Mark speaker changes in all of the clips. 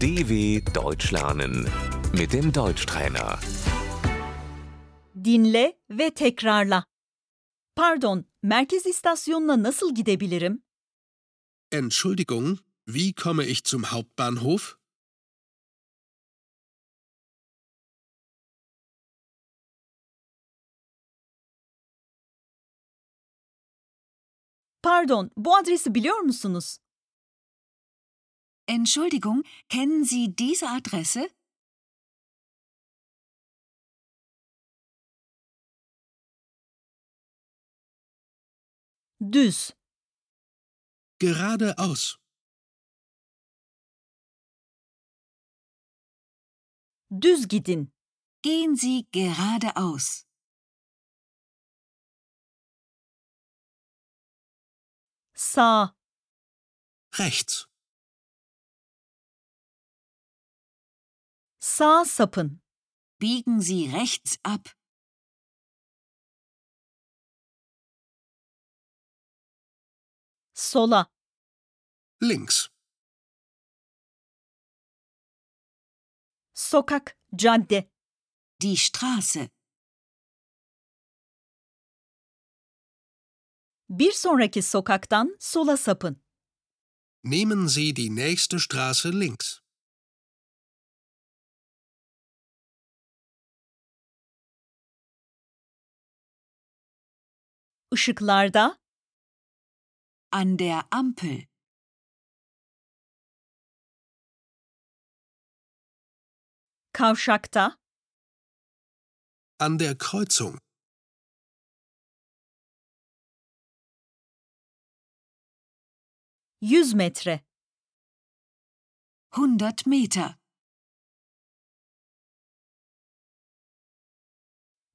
Speaker 1: DW Deutsch lernen mit dem Deutschtrainer.
Speaker 2: Dinle ve tekrarla. Pardon, merkez istasyonuna nasıl gidebilirim?
Speaker 3: Entschuldigung, wie komme ich zum Hauptbahnhof?
Speaker 2: Pardon, bu adresi biliyor musunuz?
Speaker 4: Entschuldigung, kennen Sie diese Adresse?
Speaker 2: Düz.
Speaker 3: Geradeaus.
Speaker 2: Düz gidin.
Speaker 4: Gehen Sie geradeaus.
Speaker 2: Sağ.
Speaker 3: Rechts.
Speaker 2: Sağ sapın.
Speaker 4: Biegen Sie rechts ab.
Speaker 2: Sola.
Speaker 3: Links.
Speaker 2: Sokak, cadde.
Speaker 4: Die Straße.
Speaker 2: Bir sonraki sokaktan sola sapın.
Speaker 3: Nehmen Sie die nächste Straße links.
Speaker 2: Işıklarda
Speaker 4: An der Ampel.
Speaker 2: Kavşakta,
Speaker 3: An der Kreuzung.
Speaker 2: yüz metre,
Speaker 4: 100 Meter.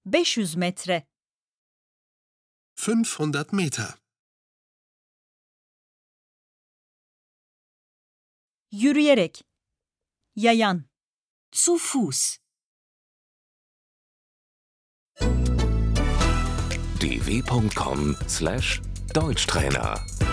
Speaker 2: 500 metre,
Speaker 3: 500 Meter.
Speaker 2: yürüyerek, yayan.
Speaker 4: Zu Fuß.
Speaker 1: dw.com/deutschtrainer